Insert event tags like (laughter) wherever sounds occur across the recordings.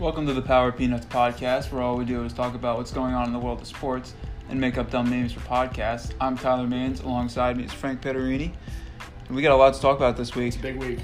Welcome to the Power of Peanuts podcast, where all we do is talk about what's going on in the world of sports and make up dumb names for podcasts. I'm Tyler Maines. Alongside me is Frank Pederini. And we got a lot to talk about this week. It's a big week.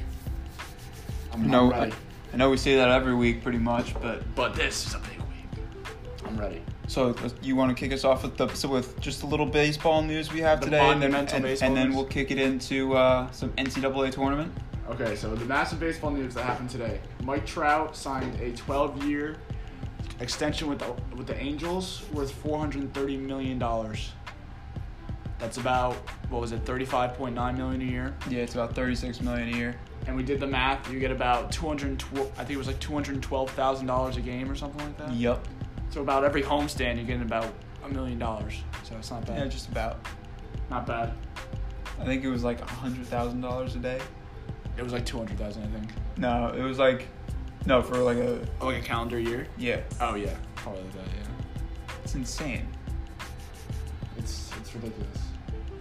I'm, No, I'm ready. I know we say that every week pretty much, but But this is a big week. I'm ready. so you want to kick us off with the so with just a little baseball news we have The today, and then, monumental and, baseball and then news. we'll kick it into uh, some NCAA tournament. Okay, so the massive baseball news that happened today. Mike Trout signed a 12-year extension with the, with the Angels worth 430 million dollars. That's about what was it, 35.9 million a year. Yeah, it's about 36 million a year. And we did the math. You get about 212. I think it was like 212 thousand dollars a game or something like that. Yep. So about every homestand, you're getting about a million dollars. So it's not bad. Yeah, just about. not bad. I think it was like hundred thousand dollars a day. It was like 200 thousand, I think. No, it was like, no, for like a Oh, like a calendar year? yeah, Oh yeah, probably like that. Yeah. it's insane. It's it's ridiculous.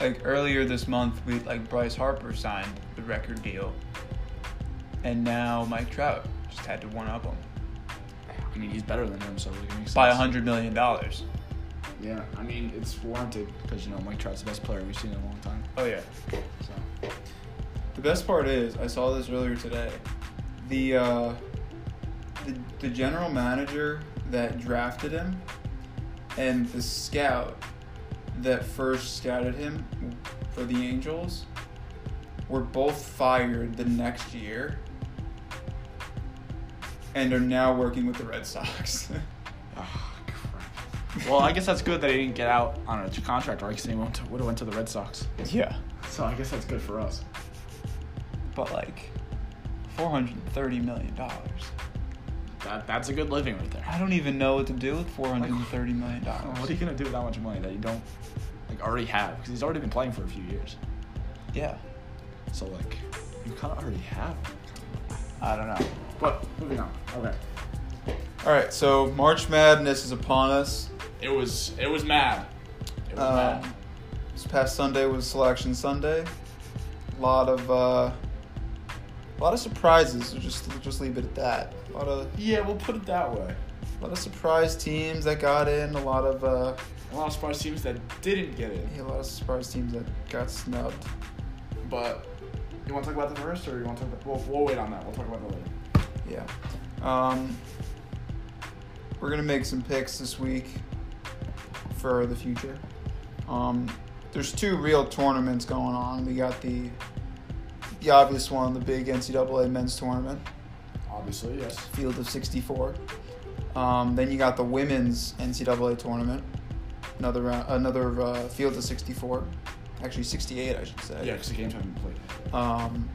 Like earlier this month, we like Bryce Harper signed the record deal, and now Mike Trout just had to one up him I mean, he's better than him, so it makes sense. by a hundred million dollars. Yeah, I mean it's warranted because you know Mike Trout's the best player we've seen in a long time. Oh yeah. So The best part is I saw this earlier today. The uh, the, the general manager that drafted him and the scout that first scouted him for the Angels were both fired the next year and are now working with the Red Sox. (laughs) oh, crap. well, I guess that's good that he didn't get out on a contract, right? Because he went would have went to the Red Sox. yeah. So I guess that's good for us. But like four hundred and thirty million dollars. That that's a good living right there. I don't even know what to do with four hundred and thirty million Oh, dollars. What are you gonna do with that much money that you don't like already have? Because he's already been playing for a few years. Yeah. So like, you kind of already have. him. I don't know. But moving on. Okay. All right, so March Madness is upon us. It was it was mad. It was Um, mad. this past Sunday was Selection Sunday. A lot of uh, a lot of surprises. So just just leave it at that. A lot of Yeah, we'll put it that way. a lot of surprise teams that got in. A lot of uh, A lot of surprise teams that didn't get in. yeah, a lot of surprise teams that got snubbed. But you want to talk about the first, or you want to talk about? We'll, we'll wait on that. We'll talk about that later. Yeah. Um, we're gonna make some picks this week for the future. Um, there's two real tournaments going on. We got the the obvious one, the big NCAA men's tournament, Obviously, yes. field of 64. Um, then you got the women's NCAA tournament, another round, another uh, field of 64, actually 68, I should say. Yeah, because the games haven't been played. Um,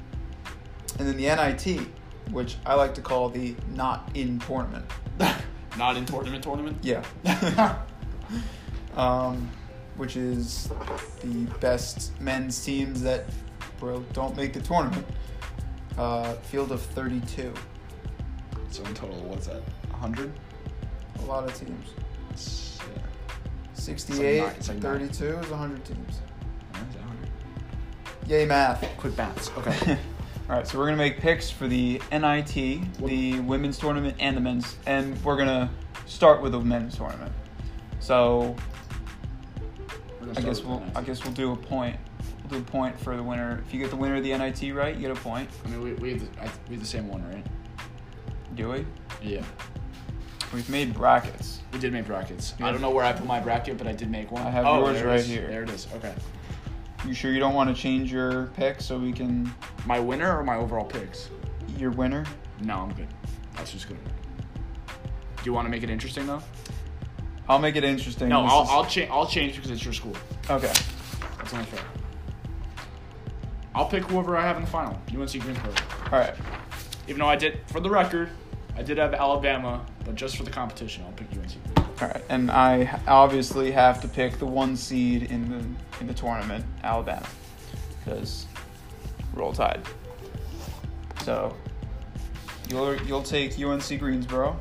and then the NIT, which I like to call the not in tournament. (laughs) Not in tournament. Tournament. yeah. (laughs) um, which is the best men's teams that well, don't make the tournament. Uh, field of 32. So in total, what's that? hundred. A lot of teams. Yeah. Is 68, it's like nine. 32 is 100 teams. that 100? Yay, math. (laughs) Quick bats. (laughs) Okay. All right, so we're gonna make picks for the NIT, the women's tournament, and the men's, and we're gonna start with the men's tournament. So We're gonna I start guess with we'll that. I guess we'll do a point. We'll do a point for the winner. If you get the winner of the NIT right, you get a point. I mean, we we have the, I, we have the same one, right? Do we? Yeah. We've made brackets. We did make brackets. Yeah. I don't know where I put my bracket, but I did make one. Oh, I have yours there it right is. here. There it is. Okay. You sure you don't want to change your pick so we can My winner or my overall picks? your winner? No, I'm good. That's just good. Do you want to make it interesting though? I'll make it interesting. No, This I'll is- I'll change I'll change because it's your school. okay. That's only fair. I'll pick whoever I have in the final. UNC Greensboro. All right. Even though I did, for the record, I did have Alabama, but just for the competition, I'll pick UNC. All right, and I obviously have to pick the one seed in the in the tournament, Alabama, because roll tide. So you'll you'll take UNC Greensboro.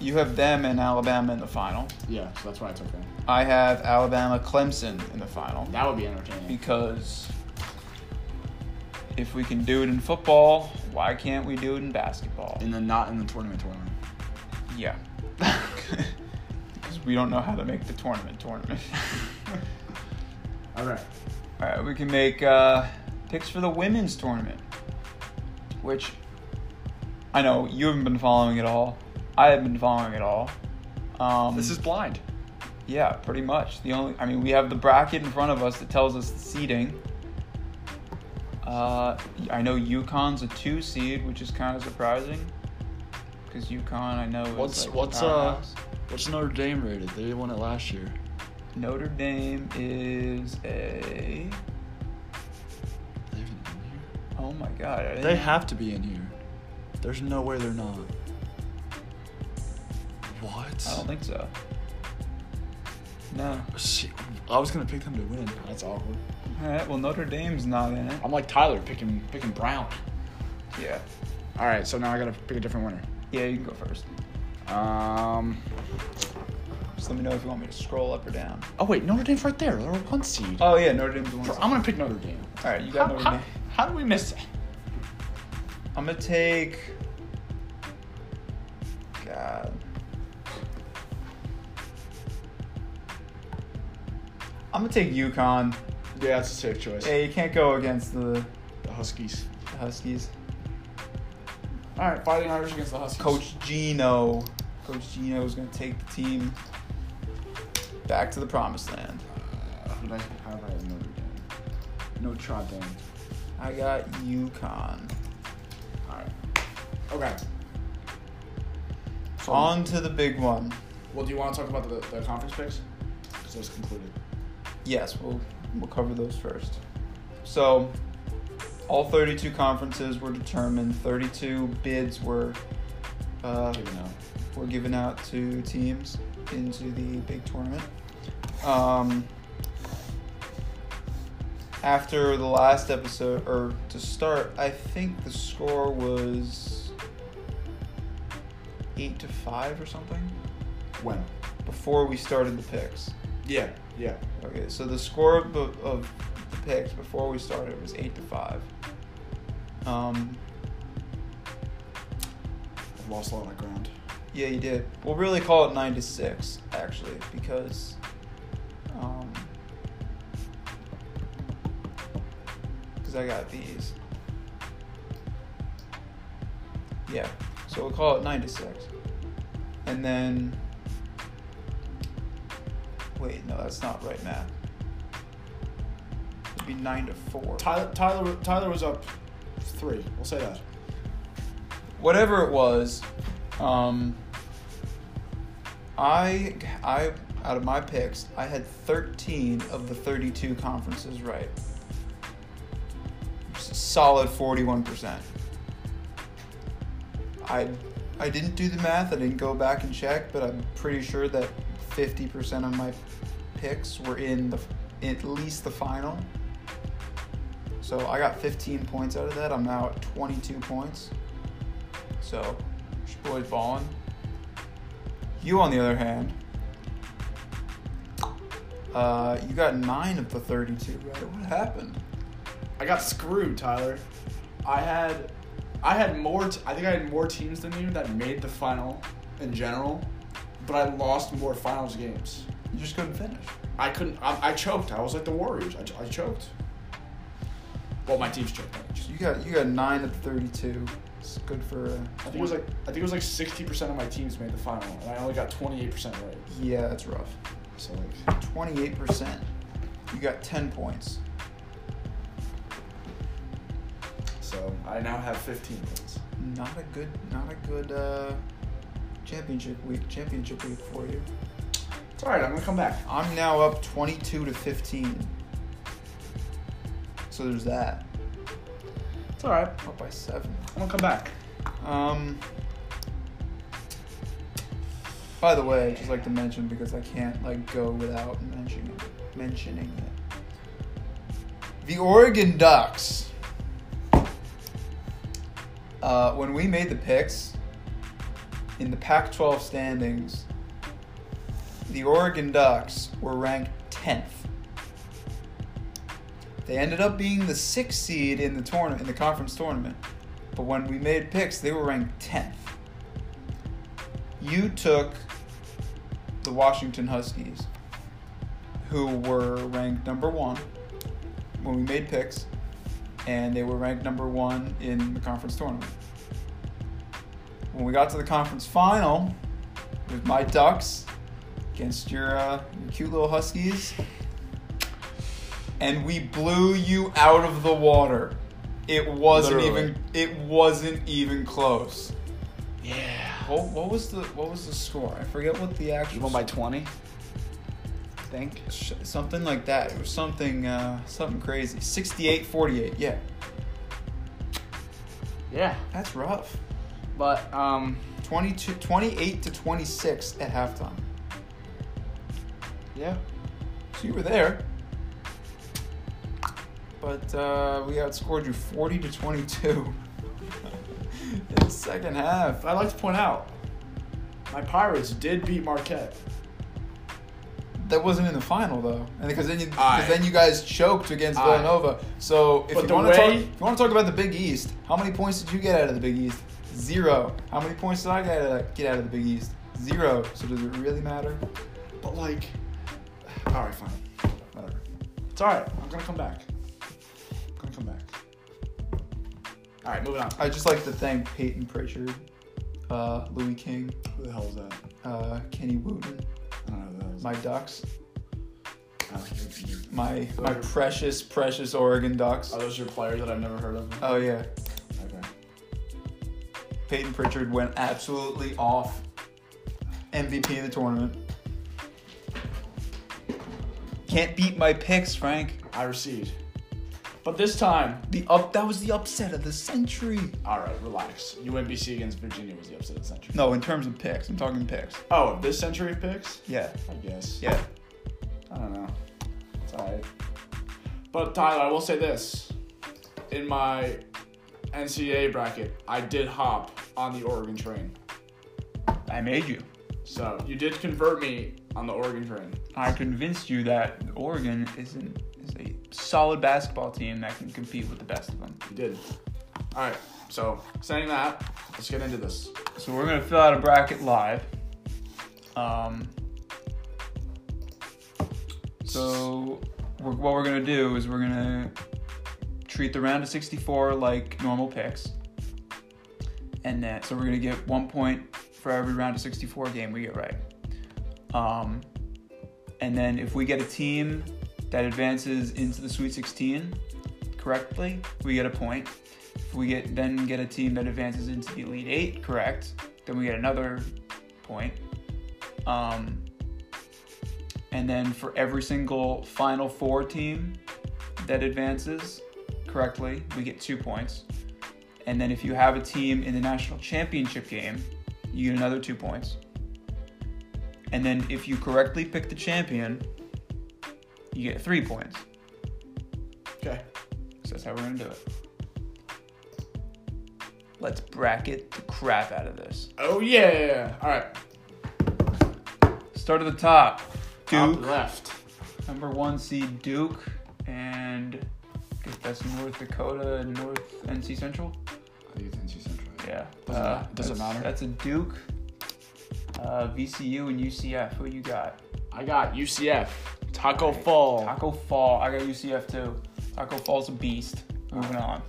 You have them and Alabama in the final. Yeah, so that's why I took them. I have Alabama Clemson in the final That would be entertaining. because if we can do it in football, why can't we do it in basketball? (laughs) And then not in the tournament tournament. Yeah. (laughs) Because we don't know how to make the tournament tournament. (laughs) All right. All right, we can make uh, picks for the women's tournament, which I know you haven't been following at all. I haven't been following at all. Um, This is blind. yeah, pretty much the only. I mean, we have the bracket in front of us that tells us the seeding. Uh, I know UConn's a two seed, which is kind of surprising because UConn, I know, is What's- like what's, a uh, powerhouse. What's Notre Dame rated? They won it last year. Notre Dame is a. They're in here. Oh my god! I They didn't- have to be in here. There's no way they're not. What? I don't think so. No. Shit, I was gonna pick them to win. That's awkward. All right. Well, Notre Dame's not in it. I'm like Tyler picking picking Brown. Yeah. All right, so now I gotta pick a different winner. Yeah, you can go first. Um. Just let me know if you want me to scroll up or down. Oh wait, Notre Dame's right there. They're a one seed. Oh yeah, Notre Dame's the one. Bro, I'm gonna pick Notre Dame. All right, you got How, Notre how, Dame. how do we miss that? I'm gonna take. God. I'm gonna take UConn. Yeah, that's a safe choice. Yeah, you can't go against the The Huskies. Huskies. All right, Fighting Irish against the Huskies. Coach Gino. Coach Gino is gonna take the team back to the promised land. Uh, who'd I have I have Notre Dame? Notre Dame. I got UConn. All right. Okay. So, On to the big one. well, do you want to talk about the, the conference picks? Because those concluded. Yes, we'll we'll cover those first. So, all 32 conferences were determined. 32 bids were uh, Given out. were given out to teams into the big tournament. Um, after the last episode, or to start, I think the score was eight to five or something When? before we started the picks. Yeah. Yeah. Okay, so the score of, of the picks before we started was eight to five. Um, I've lost a lot of ground. yeah, you did. We'll really call it nine to six, actually, because um, because I got these. Yeah, so we'll call it nine to six, and then wait, no, that's not right math. It'd be nine to four. Tyler, Tyler, Tyler was up three. We'll say that. whatever it was, um, I, I, out of my picks, I had 13 of the 32 conferences right. S- Solid 41%. I, I didn't do the math. I didn't go back and check, but I'm pretty sure that 50% of my picks were in the, at least the final. So I got 15 points out of that. I'm now at 22 points. So, your boy's balling. You, on the other hand, uh, you got nine of the 32, right? What happened? I got screwed, Tyler. I had, I had more. T- I think I had more teams than you that made the final in general, but I lost more finals games. You just couldn't finish. I couldn't. I, I choked. I was like the Warriors. I, ch- I choked. Well, my team's choked. I You got you got nine of the 32. It's good for. Uh, think it was like I think it was like sixty percent of my teams made the final, and I only got twenty eight percent right. yeah, that's rough. So like, 28%. You got 10 points. so I now have fifteen points. Not a good, not a good uh, championship week. Championship week for you. It's all right. I'm gonna come back. I'm now up 22 to 15. So there's that. It's all right. Up by seven. I'm gonna come back. Um. By the way, I'd just like to mention because I can't like go without mentioning mentioning it. The Oregon Ducks. Uh, when we made the picks in the Pac-12 standings, the Oregon Ducks were ranked 10th. They ended up being the sixth seed in the tournament in the conference tournament. But when we made picks, they were ranked 10th. you took the Washington Huskies, who were ranked number one when we made picks, and they were ranked number one in the conference tournament. When we got to the conference final, with my Ducks against your, uh, your cute little Huskies, and we blew you out of the water. It wasn't Literally. even it wasn't even close. Yeah. What, what was the what was the score? I forget what the You actual won by 20, I think. sh- something like that. It was something uh, something crazy. 68-48. Yeah. Yeah. That's rough. But, um, 22 28 to 26 at halftime. yeah. So you were there. But uh, we outscored you 40 to 22 (laughs) in the second half. But I'd like to point out, my Pirates did beat Marquette. That wasn't in the final though, and because then you, Aye. because then you guys choked against Aye. Villanova. So if But you the want to way- talk, if you want to talk about the Big East, how many points did you get out of the Big East? Zero. How many points did I get out of, get out of the Big East? Zero. So does it really matter? But, like, alright, fine. Whatever. It's alright. I'm going to come back. I'm going to come back. Alright, moving on. I'd just like to thank Peyton Pritchard, uh, Louis King, Who the hell is that? uh, Kenny Wooten, I don't know who that is. my Ducks, I don't think you're- my Those my are- precious precious Oregon Ducks. Are those your players that I've never heard of? Oh yeah, okay. Peyton Pritchard went absolutely off. MVP of the tournament. Can't beat my picks, Frank. I received. But this time, The up that was the upset of the century. all right, relax. UNBC against Virginia was the upset of the century. No, in terms of picks, I'm talking picks. Oh, of this century of picks? Yeah, I guess. yeah. I don't know. It's all right. But Tyler, I will say this: in my NCAA bracket, I did hop on the Oregon train. I made you. So you did convert me on the Oregon train. I convinced you that Oregon isn't is a solid basketball team that can compete with the best of them. You did. All right. So saying that, let's get into this. So we're gonna fill out a bracket live. Um, so we're, what we're gonna do is we're gonna treat the round of 64 like normal picks, and then so we're gonna get one point for every round of 64 game we get right. Um, and then if we get a team that advances into the Sweet 16 correctly, we get a point. If we get then get a team that advances into the Elite Eight, correct? Then we get another point. Um, and then for every single Final Four team that advances correctly, we get two points. And then if you have a team in the national championship game, you get another two points. And then if you correctly pick the champion, you get three points. Okay. So that's how we're gonna do it. Let's bracket the crap out of this. Oh yeah. All right. Start at the top. Top Duke, left. number one seed Duke, and I guess that's North Dakota and North NC Central. I think it's NC Central. Yeah. Doesn't Uh, ma- doesn't that's- matter. That's a Duke, uh, VCU, and UCF. Who you got? I got UCF, Taco Fall. Taco Fall. I got UCF too. Taco Fall's a beast. Moving on.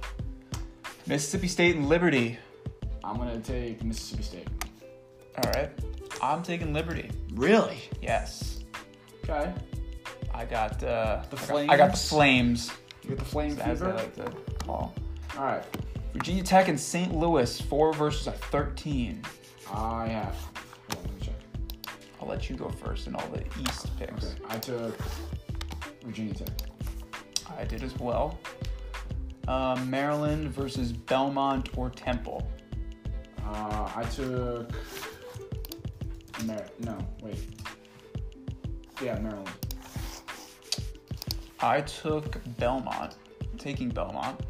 Mississippi State and Liberty. I'm gonna take Mississippi State. All right. I'm taking Liberty. Really? Yes. Okay. I got uh, The I got- I got the flames, You get the flame as they fever. like to call. All right. Virginia Tech and St. Louis, four versus a thirteen. I have. Hold on, let me check. I'll let you go first in all the East picks. Okay. I took Virginia Tech. I did as well. Uh, Maryland versus Belmont or Temple. Uh, I took. Mer- no, wait. Yeah, Maryland. I took Belmont, taking Belmont.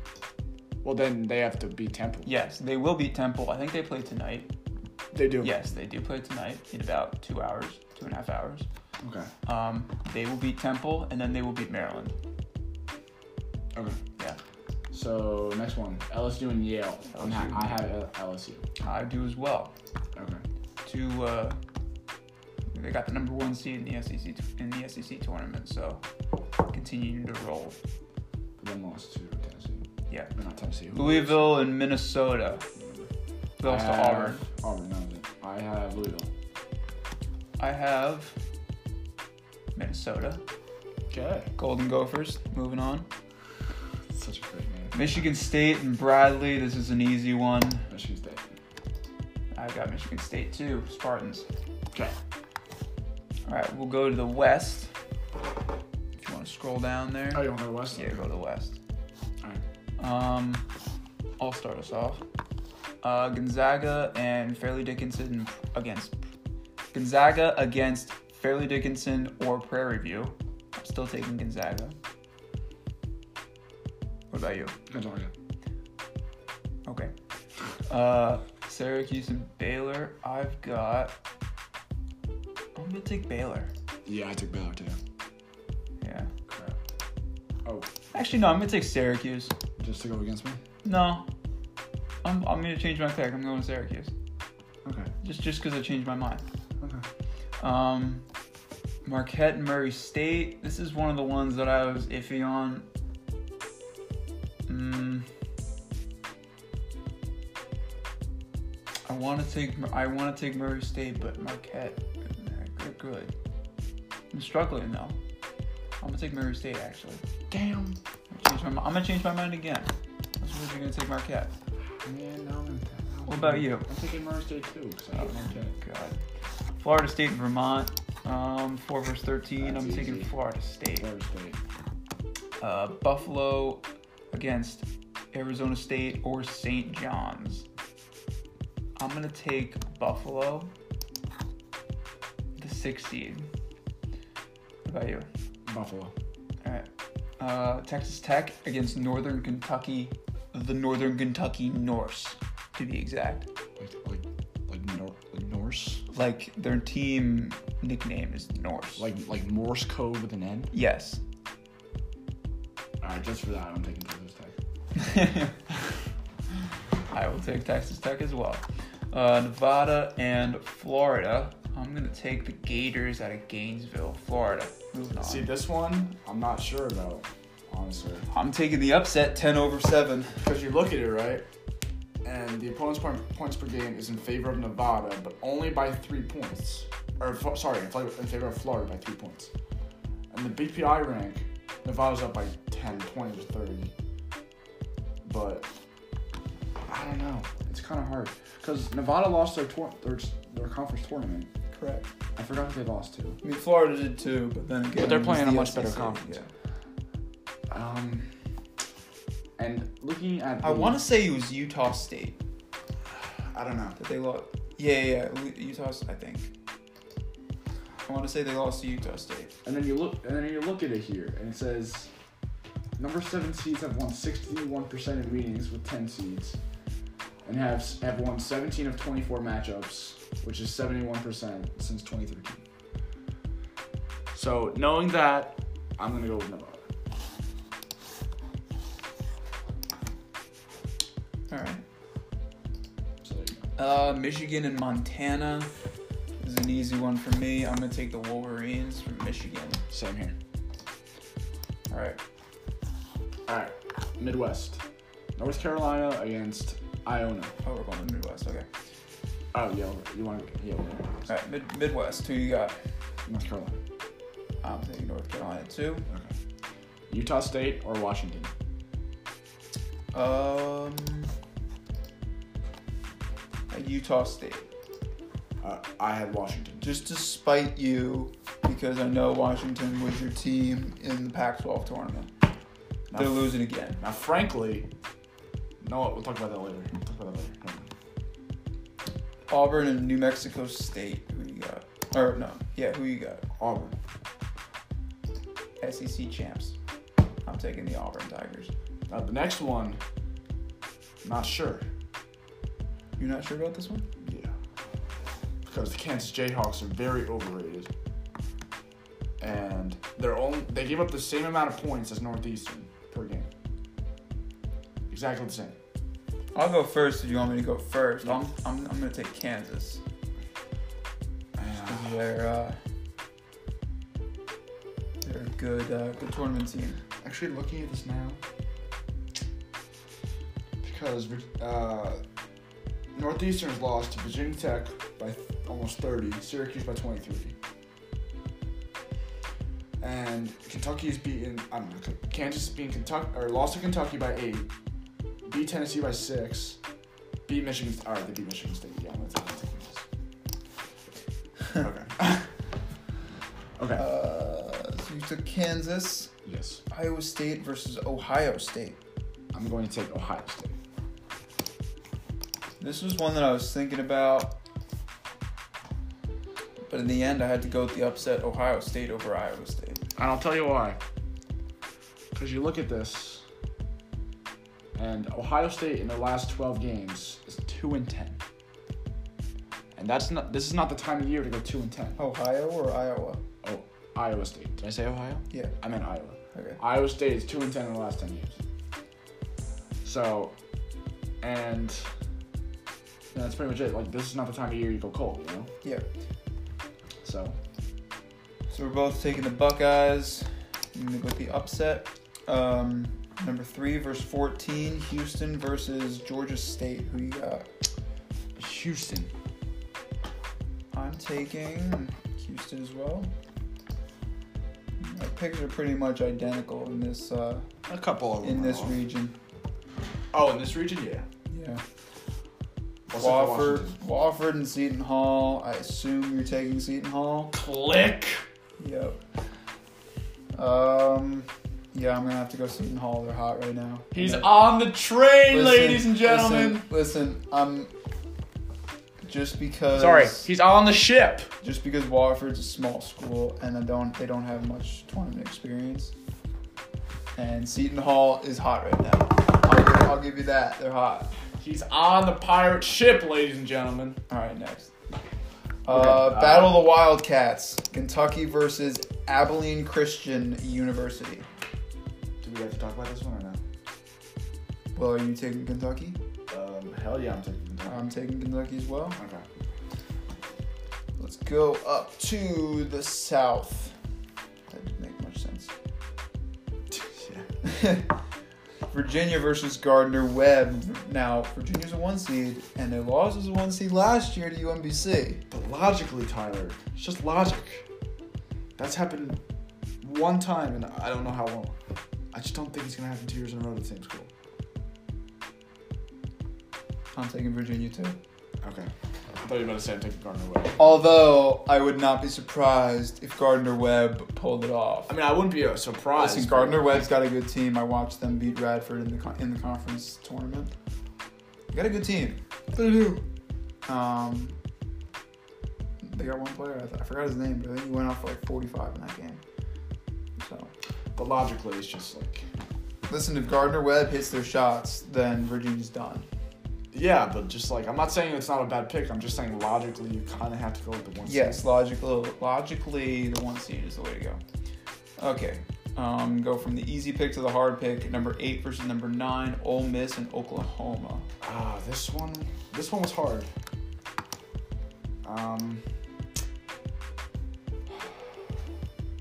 Well, then they have to beat Temple. Yes, they will beat Temple. I think they play tonight. They do. Yes, they do play tonight in about two hours, two and a half hours. Okay. Um, they will beat Temple and then they will beat Maryland. Okay. Yeah. So next one, LSU and Yale. I'm ha- LSU. I have LSU. I do as well. Okay. to uh, they got the number one seed in the SEC t- in the SEC tournament, so continuing to roll. One loss to Tennessee. Yeah, No, not Tennessee. Who Louisville and Minnesota lost? lost I to have- Auburn. Auburn, that was it. I have Louisville. I have Minnesota Okay. Golden Gophers. Moving on, Such a great name. Michigan State and Bradley. This is an easy one. Michigan State. I've got Michigan State too. Spartans. Okay. All right, we'll go to the West. If you want to scroll down there. Oh, you want to go West? Yeah, go to the West. All right. Um, I'll start us off. Uh, Gonzaga and Fairleigh Dickinson against Gonzaga against Fairleigh Dickinson or Prairie View. I'm still taking Gonzaga. What about you? Gonzaga. Okay. Uh, Syracuse and Baylor. I've got. I'm gonna take Baylor. Yeah, I took Baylor too. Yeah. Crap. Oh, Actually, no. I'm gonna take Syracuse. Just to go against me? No. I'm, I'm gonna change my pick. I'm going Syracuse. okay. Just just because I changed my mind. Okay. Um, Marquette and Murray State. This is one of the ones that I was iffy on. Mm. I want to take I want to take Murray State, but Marquette, they're good. I'm struggling though. I'm gonna take Murray State actually. Damn. I'm gonna change my, mi- I'm gonna change my mind again. I was originally gonna take Marquette. Man, no, I'm, I'm- What about you? I'm taking Murray State too. So Oh, okay. God. Florida State and Vermont. Um, 4 versus 13. I'm That's taking easy. Florida State. Murray State. Uh, Buffalo against Arizona State or St. John's. I'm going to take Buffalo, the six seed. What about you? Buffalo. All right. Uh, Texas Tech against Northern Kentucky, the Northern Kentucky Norse, to be exact. Like, like, like, Nor- like Norse? Like, their team nickname is Norse. Like, like Morse code with an N? Yes. All right, just for that, I'm taking Texas Tech. (laughs) I will take Texas Tech as well. Uh, Nevada and Florida. I'm gonna take the Gators out of Gainesville, Florida. Moving on. See this one? I'm not sure about, honestly, I'm taking the upset, 10 over 7. because you look at it right, and the opponent's point, points per game is in favor of Nevada, but only by three points. Or fo- sorry, in favor in favor of Florida by three points. And the BPI rank, Nevada's up by 10, 20, or 30. But I don't know. It's kind of hard because Nevada lost their, tour their their conference tournament. Correct. I forgot who they lost to. I mean, Florida did too, but then again, But they're it was playing a the much better SEC, conference. yeah. Um, and looking at I want to say it was Utah State I don't know. that they lost. Yeah, yeah, yeah. Utah, I think. I want to say they lost to Utah State. And then you look, and then you look at it here, and it says, number seven seeds have won 61% of meetings with 10 seeds, and have have won 17 of 24 matchups, which is 71% since 2013. So knowing that, I'm gonna go with Nevada. All right. So there you go. Uh, Michigan and Montana is an easy one for me. I'm gonna take the Wolverines from Michigan. Same here. All right. All right, Midwest, North Carolina against Iona. Oh, we're going to the Midwest. Okay. Oh yeah, you want to? Yeah, yeah. All right. Mid- Midwest. Who you got? North Carolina. I'm taking North Carolina too. Okay. Utah State or Washington? Um. Utah State. Uh, I had Washington. Just to spite you, because I know Washington was your team in the Pac-12 tournament. Now, They're losing again. now, frankly, no. We'll talk about that later. We'll talk about that later. Never mind. Auburn and New Mexico State. Who you got? Or no? Yeah. Who you got? Auburn. SEC E champs. I'm taking the Auburn Tigers. Now the next one, not sure. You're not sure about this one? Yeah. Because the Kansas Jayhawks are very overrated, and they're only they give up the same amount of points as Northeastern per game. Exactly the same. I'll go first if you want me to go first. I'm, I'm, I'm gonna take Kansas. they're uh, they're a good uh, good tournament team. Actually, looking at this now, Because Vic- uh, Northeastern's lost to Virginia Tech by th- almost 30, Syracuse by 23. And Kentucky's beaten, I don't know, Kansas beating Kentucky, or lost to Kentucky by 8, beat Tennessee by 6, beat Michigan, all right, they beat Michigan State, yeah, I'm gonna take Kansas. Okay. (laughs) okay. Uh, so you took Kansas, yes. Iowa State versus Ohio State. I'm going to take Ohio State. This was one that I was thinking about, but in the end, I had to go with the upset Ohio State over Iowa State. And I'll tell you why. Because you look at this, and Ohio State in their last 12 games is 2 and 10. And that's not. This is not the time of year to go 2 and 10. Ohio or Iowa? Oh, Iowa State. did I say Ohio? Yeah. I meant Iowa. Okay. Iowa State is 2 and 10 in the last 10 games. So, and yeah, that's pretty much it. Like, this is not the time of year you go cold, you know? Yeah. So, So we're both taking the Buckeyes. I'm gonna go with the upset. Um, number three versus fourteen, Houston versus Georgia State. Who you got? Houston. I'm taking Houston as well. My picks are pretty much identical in this uh, A couple of in are this off. region. oh, in this region, yeah. Yeah. What's up for Wofford, Washington? Wofford and Seton Hall. I assume you're taking Seton Hall. Click. Yep. Um, yeah, I'm gonna have to go Seton Hall. They're hot right now. He's Yeah. on the train, Listen, ladies and gentlemen. Listen, listen, I'm just because. Sorry, he's on the ship. Just because Wofford's a small school and I don't, they don't have much tournament experience. And Seton Hall is hot right now. I'll give, I'll give you that. They're hot. He's on the pirate ship, ladies and gentlemen. All right, next. Okay, Uh, Battle of the Wildcats, Kentucky versus Abilene Christian University. Do we have to talk about this one or not? Well, are you taking Kentucky? Um, hell yeah, I'm taking the I'm taking Kentucky as well. Okay. (laughs) Let's go up to the south. That didn't make much sense. yeah. Virginia versus Gardner Webb. Now, Virginia's a one seed, and they lost as a one seed last year to UMBC. But logically, Tyler, it's just logic. That's happened one time, and I don't know how long. I just don't think it's gonna happen two years in a row at the same school. I'm taking Virginia too. Okay. I thought you were about to say I'm taking Gardner Webb. Although, I would not be surprised if Gardner Webb pulled it off. I mean, I wouldn't be uh, surprised. Listen, Gardner Webb's got a good team. I watched them beat Radford in the con- in the conference tournament. They got a good team. They do. Um, they got one player. I, th- I forgot his name, but I think he went off for like 45 in that game. So, But logically, it's just like. listen, if Gardner Webb hits their shots, then Virginia's done. Yeah, but just like I'm not saying it's not a bad pick. I'm just saying logically you kind of have to go with the one. Yes, logical, logically, the one seed is the way to go. Okay, um, go from the easy pick to the hard pick. Number eight versus number nine, Ole Miss and Oklahoma. seed. Ah, this one, this one was hard. Um,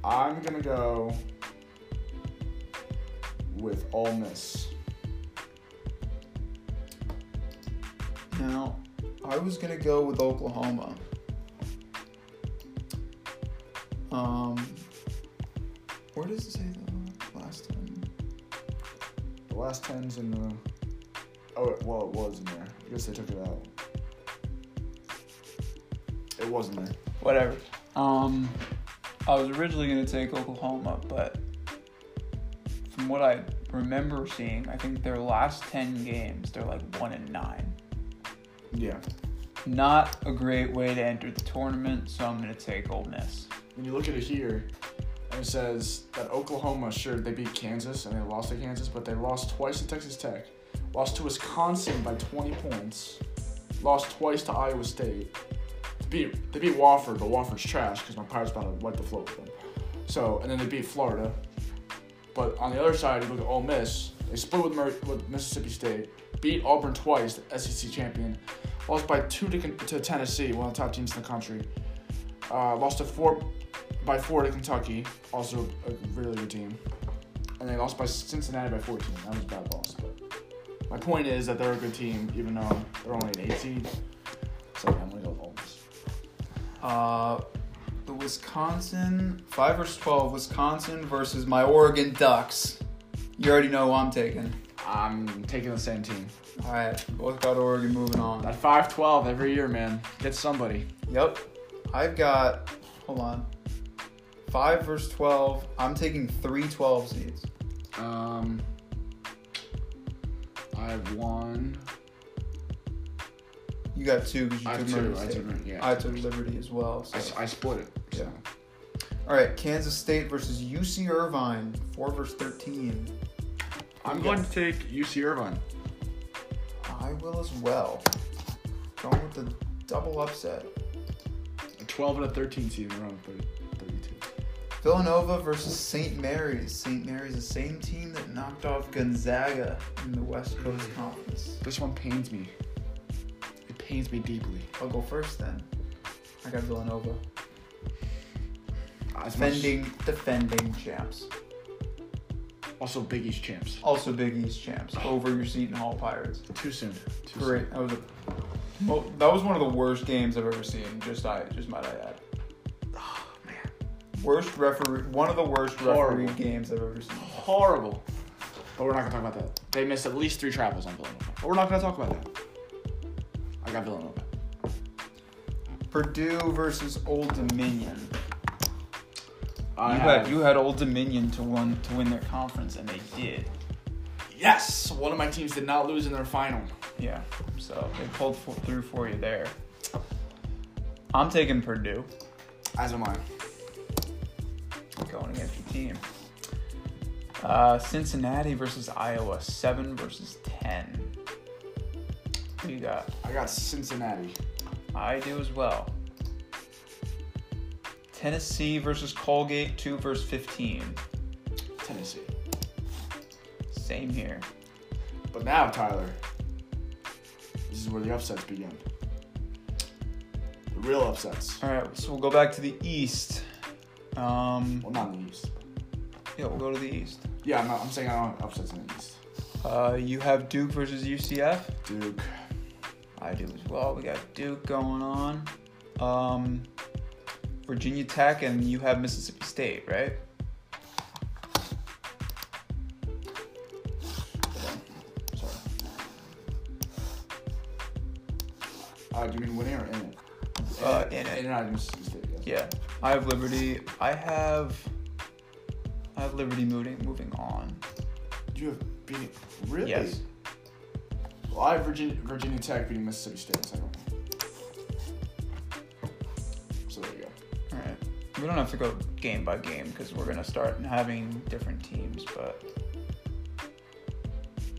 I'm gonna go with Ole Miss. Now, I was gonna go with Oklahoma. Um, where does it say the last time? The last ten's in the. Oh, it- well, it was in there. I guess they took it out. It wasn't there. Whatever. Um, I was originally gonna take Oklahoma, but from what I remember seeing, I think their last ten games they're like one and nine. Yeah. Not a great way to enter the tournament, so I'm gonna take Ole Miss. when you look at it here, and it says that Oklahoma, sure, they beat Kansas and they lost to Kansas, but they lost twice to Texas Tech, lost to Wisconsin by 20 points, lost twice to Iowa State. They beat, they beat Wofford, but Wofford's trash because my Pirates about to wipe the floor with them. So, and then they beat Florida. But on the other side, you look at Ole Miss. They split with, Mer- with Mississippi State, beat Auburn E twice, the SEC champion, lost by two to, Ken- to Tennessee, one of the top teams in the country Uh, lost to four by four to Kentucky, also a really good team, and they lost by Cincinnati by 14. That was a bad loss, but my point is that they're a good team, even though they're only an 18. So I'm gonna go with Ole Miss. Uh, the Wisconsin five versus twelve. Wisconsin versus my Oregon Ducks. You already know who I'm taking. I'm taking the same team. All right, both got Oregon moving on. That 5-12 every year, man. Get somebody. Yep, I've got. Hold on. Five versus twelve. I'm taking three 12 seeds. Um, I have one. You got two because you I took have two. Murray I State. took, yeah. I took Liberty as well. So. I, s- I split it. So. Yeah. All right, Kansas State versus UC Irvine, four versus thirteen. I'm Yeah. going to take UC Irvine. I will as well. Going with the double upset. A 12 and a 13 seed around 30, 32. Villanova versus St. Mary's. St. Mary's, the same team that knocked off Gonzaga in the West Coast Hmm. Conference. This one pains me. It pains me deeply. I'll go first then. I got Villanova. As much- Defending, defending champs. also, Big East champs. Also Big East champs over your Seton Hall Pirates. Too soon. Too Great. That was, a, well, that was one of the worst games I've ever seen. Just I, just might I add. Oh, man. Worst referee, one of the worst Horrible. referee games I've ever seen. Horrible. But we're not going to talk about that. They missed at least three travels on Villanova. But we're not going to talk about that. I got Villanova. Purdue versus Old Dominion. I you have- had you had Old Dominion to win to win their conference, and they did. Yes, one of my teams did not lose in their final. Yeah, so they pulled fo- through for you there. I'm taking Purdue As am I. going against your team. Uh, Cincinnati versus Iowa, seven versus ten. Who you got? I got Cincinnati. I do as well. Tennessee versus Colgate, two versus fifteen. Tennessee. Same here. But now, Tyler, this is where the upsets begin. The real upsets. All right, so we'll go back to the East. Um, Well, not in the East. yeah, we'll go to the East. Yeah, I'm, not, I'm saying I don't have upsets in the East. Uh, you have Duke versus UCF. Duke. I do as well. We got Duke going on. Um, Virginia Tech, and you have Mississippi State, right? Sorry. Uh, do you mean winning or in it? Uh, in it. In it, I Mississippi State. Yes. Yeah. I have Liberty. I have. I have Liberty moving moving on. Do you have beating? Really? Yes. Well, I have Virginia, Virginia Tech beating Mississippi State in the second round. So there you go. All right. We don't have to go game by game because we're gonna start having different teams, but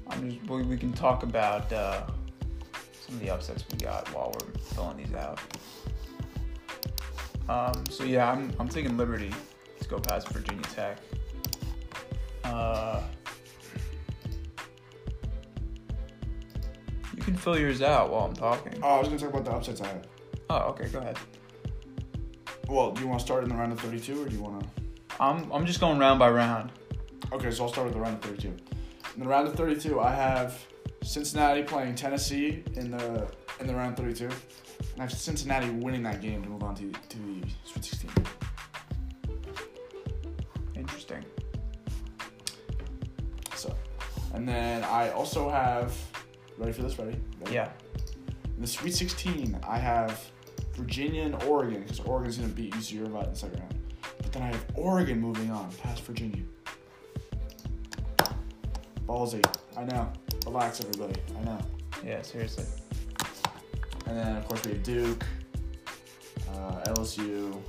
I'm just we, we can talk about uh, some of the upsets we got while we're filling these out. Um, so yeah, I'm I'm taking Liberty to go past Virginia Tech. Uh, you can fill yours out while I'm talking. Oh, I was gonna talk about the upsets I have. Oh, okay, go ahead. Well, do you want to start in the round of 32, or do you want to? I'm I'm just going round by round. Okay, so I'll start with the round of 32. In the round of 32, I have Cincinnati playing Tennessee in the in the round of 32, and I have Cincinnati winning that game to move on to to the Sweet 16. Interesting. So, and then I also have ready for this? Ready? ready? Yeah. In the Sweet 16, I have Virginia and Oregon because Oregon's gonna beat UC Irvine in the second round. But then I have Oregon moving on past Virginia. Ballsy, I know. Relax, everybody. I know. Yeah, seriously. And then of course we have Duke, uh, LSU,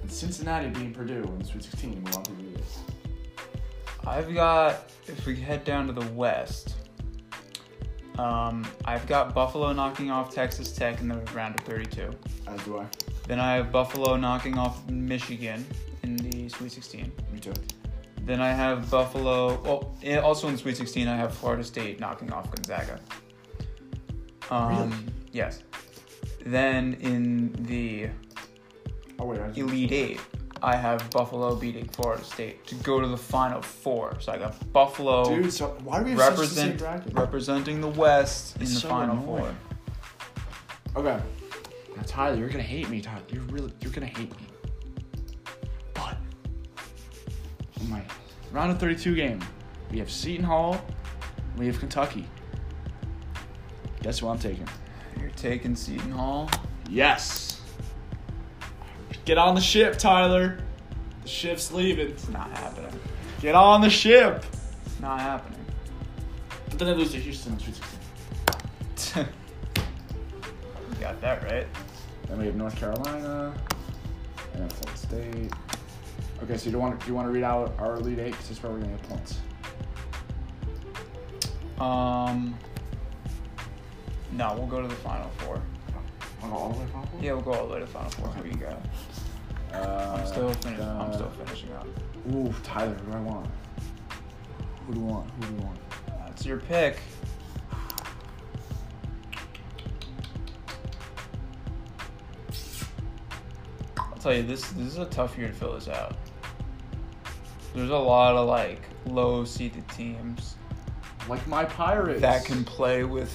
and Cincinnati being Purdue in the Sweet 16. and Move on to the East. I've got, if we head down to the West, um, I've got Buffalo knocking off Texas Tech in the round of 32. As do I. Then I have Buffalo knocking off Michigan in the Sweet 16. Me too. Then I have Buffalo, well, yeah, also in the Sweet 16, I have Florida State knocking off Gonzaga. Um, Really? Yes. Then in the Oh wait, I just, Elite Eight, I have Buffalo beating Florida State to go to the Final Four. So I got Buffalo dude. So why do we have represent, such the same bracket? representing the West in It's the so Final annoying. Four. Okay. Now, Tyler, you're gonna hate me, Tyler. You're really, you're gonna hate me. But in my round of 32 game, we have Seton Hall, and we have Kentucky. Guess who I'm taking? You're taking Seton Hall. Yes. Get on the ship, Tyler. The ship's leaving. It's not happening. Get on the ship. It's not happening. (laughs) But then they lose to Houston in Sweet 16. you got that right. Then we have North Carolina and then Florida State. Okay, so you don't want do you want to read out our Elite Eight because that's where we're gonna get points. Um, no, we'll go to the Final Four. Wanna go all the way Final Four? Yeah, we'll go all the way to the Final Four. Who you got? Uh, I'm still finishing. I'm uh, still finishing up. Ooh, Tyler, who do I want? Who do you want? Who do you want? That's your pick. I'll tell you, this this is a tough year to fill this out. There's a lot of like low seeded teams Like my Pirates. that can play with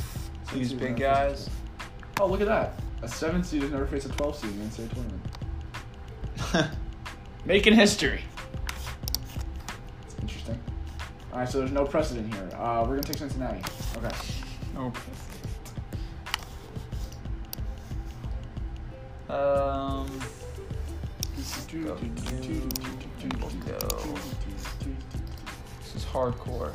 these Since we big were at guys. this Oh, look at that! A seven seed has never faced a twelve seed in the NCAA tournament. (laughs) Making history. It's interesting. All right, so there's no precedent here. Uh, we're gonna take Cincinnati. Okay. Nope. Um, go. this is hardcore.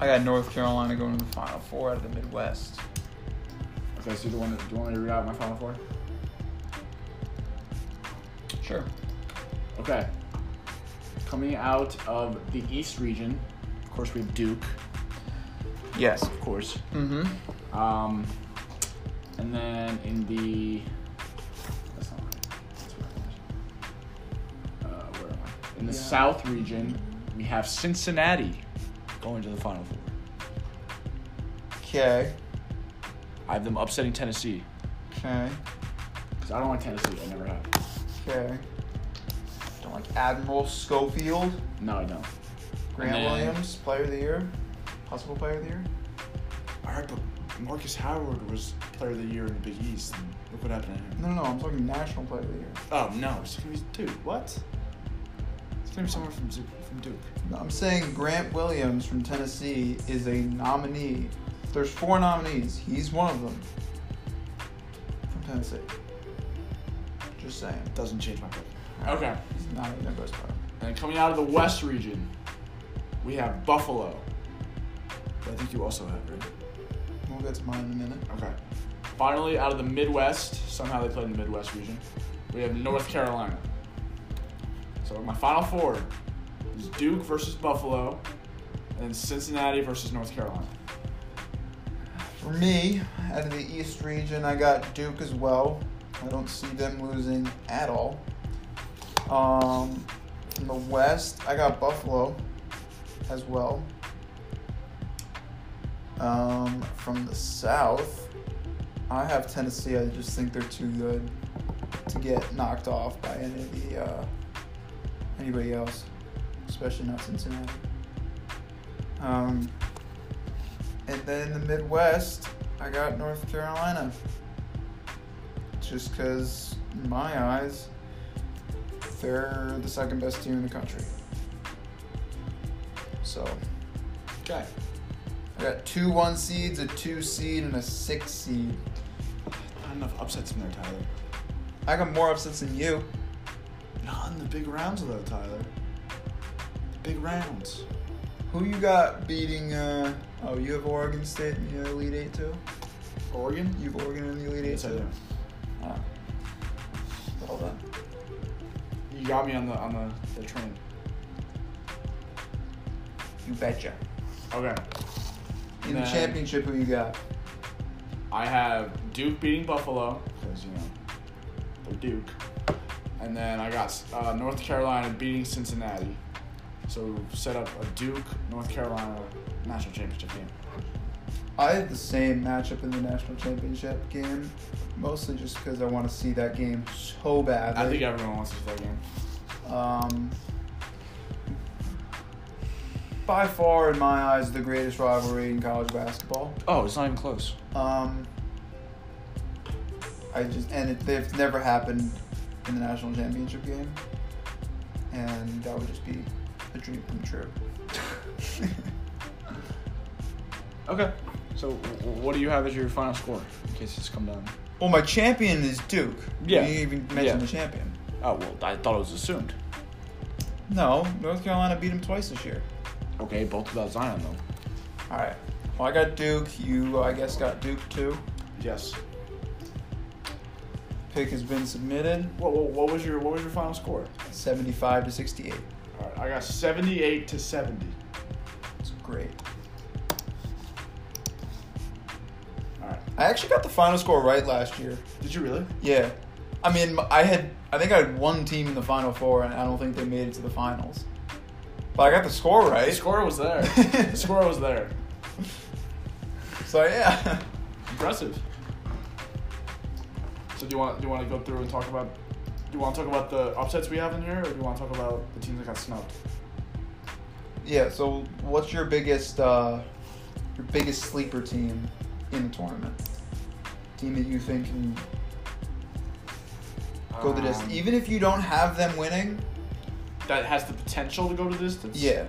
I got North Carolina going to the Final Four out of the Midwest. Okay, so do you want to, do you want me to read out my final four? Sure. Okay. Coming out of the East region, of course we have Duke, Yes. of course. Mm-hmm. Um, and then in the that's not right. That's what I wanted. uh, where am I? In the Yeah. South region, we have Cincinnati going to the Final Four. Okay. I have them upsetting Tennessee Okay. because I don't like Tennessee. I never have. Okay. Don't like Admiral Schofield, No, I don't. Grant And then- Williams, Player of the Year, possible Player of the Year. All right, but Marcus Howard was Player of the Year in the Big East. And look what happened to him. No, no, no. I'm talking National Player of the Year. Oh no, it's gonna be dude. What? It's gonna be someone from Duke. From Duke. No, I'm saying Grant Williams from Tennessee is a nominee. There's four nominees. He's one of them from Tennessee. Just saying. Doesn't change my pick. Okay. He's not even a ghost player. And coming out of the West region, we have Buffalo. But I think you also have right. We'll get to mine in a minute. Okay. Finally, out of the Midwest, somehow they played in the Midwest region. We have North Carolina. So my final four is Duke versus Buffalo, and then Cincinnati versus North Carolina. For me, out of the East region, I got Duke as well. I don't see them losing at all. Um, from the West, I got Buffalo as well. Um, from the South, I have Tennessee. I just think they're too good to get knocked off by any of the uh, anybody else, especially not Cincinnati. Um, and then in the Midwest, I got North Carolina. Just because, in my eyes, they're the second best team in the country. So, Okay. I got two one seeds, a two seed, and a six seed. Not enough upsets in there, Tyler. I got more upsets than you. Not in the big rounds though, Tyler. The big rounds. Who you got beating? Uh, oh, you have Oregon State in the Elite Eight too. Oregon? You have Oregon in the Elite Eight Yes, I too. do. Oh. Well done. You got me on the on the, the train. You betcha. Okay. In the Nah. championship, who you got? I have Duke beating Buffalo because you know they're Duke, and then I got uh, North Carolina beating Cincinnati. So set up a Duke North Carolina national championship game. I had the same matchup in the national championship game, mostly just because I want to see that game so badly. I think everyone wants to see that game. Um, by far, in my eyes, the greatest rivalry in college basketball. Oh, it's not even close. Um, I just and it, they've never happened in the national championship game, and that would just be a dream come true. Okay. So w- w- what do you have as your final score in case it's come down? (laughs) well, my champion is Duke. Yeah. you even mentioned Yeah. the champion. Oh well, I thought it was assumed. No, North Carolina beat him twice this year. Okay, both without Zion though. All right. Well, I got Duke. You, I guess, got Duke too. Yes. Pick has been submitted, What, what, what was your what was your final score? seventy-five to sixty-eight. All right, I got 78 to 70. It's great. All right. I actually got the final score right last year. Did you really? Yeah, I mean, m- I had I think I had one team in the final four, and I don't think they made it to the finals. But I got the score The right. score (laughs) was there. the score was there. So yeah, (laughs) Impressive. So do you want do you want to go through and talk about do you want to talk about the upsets we have in here, or do you want to talk about the teams that got snubbed? yeah. So what's your biggest uh, your biggest sleeper team in the tournament? Team that you think can go the distance, Um, even if you don't have them winning. that has the potential to go to the distance. Yeah,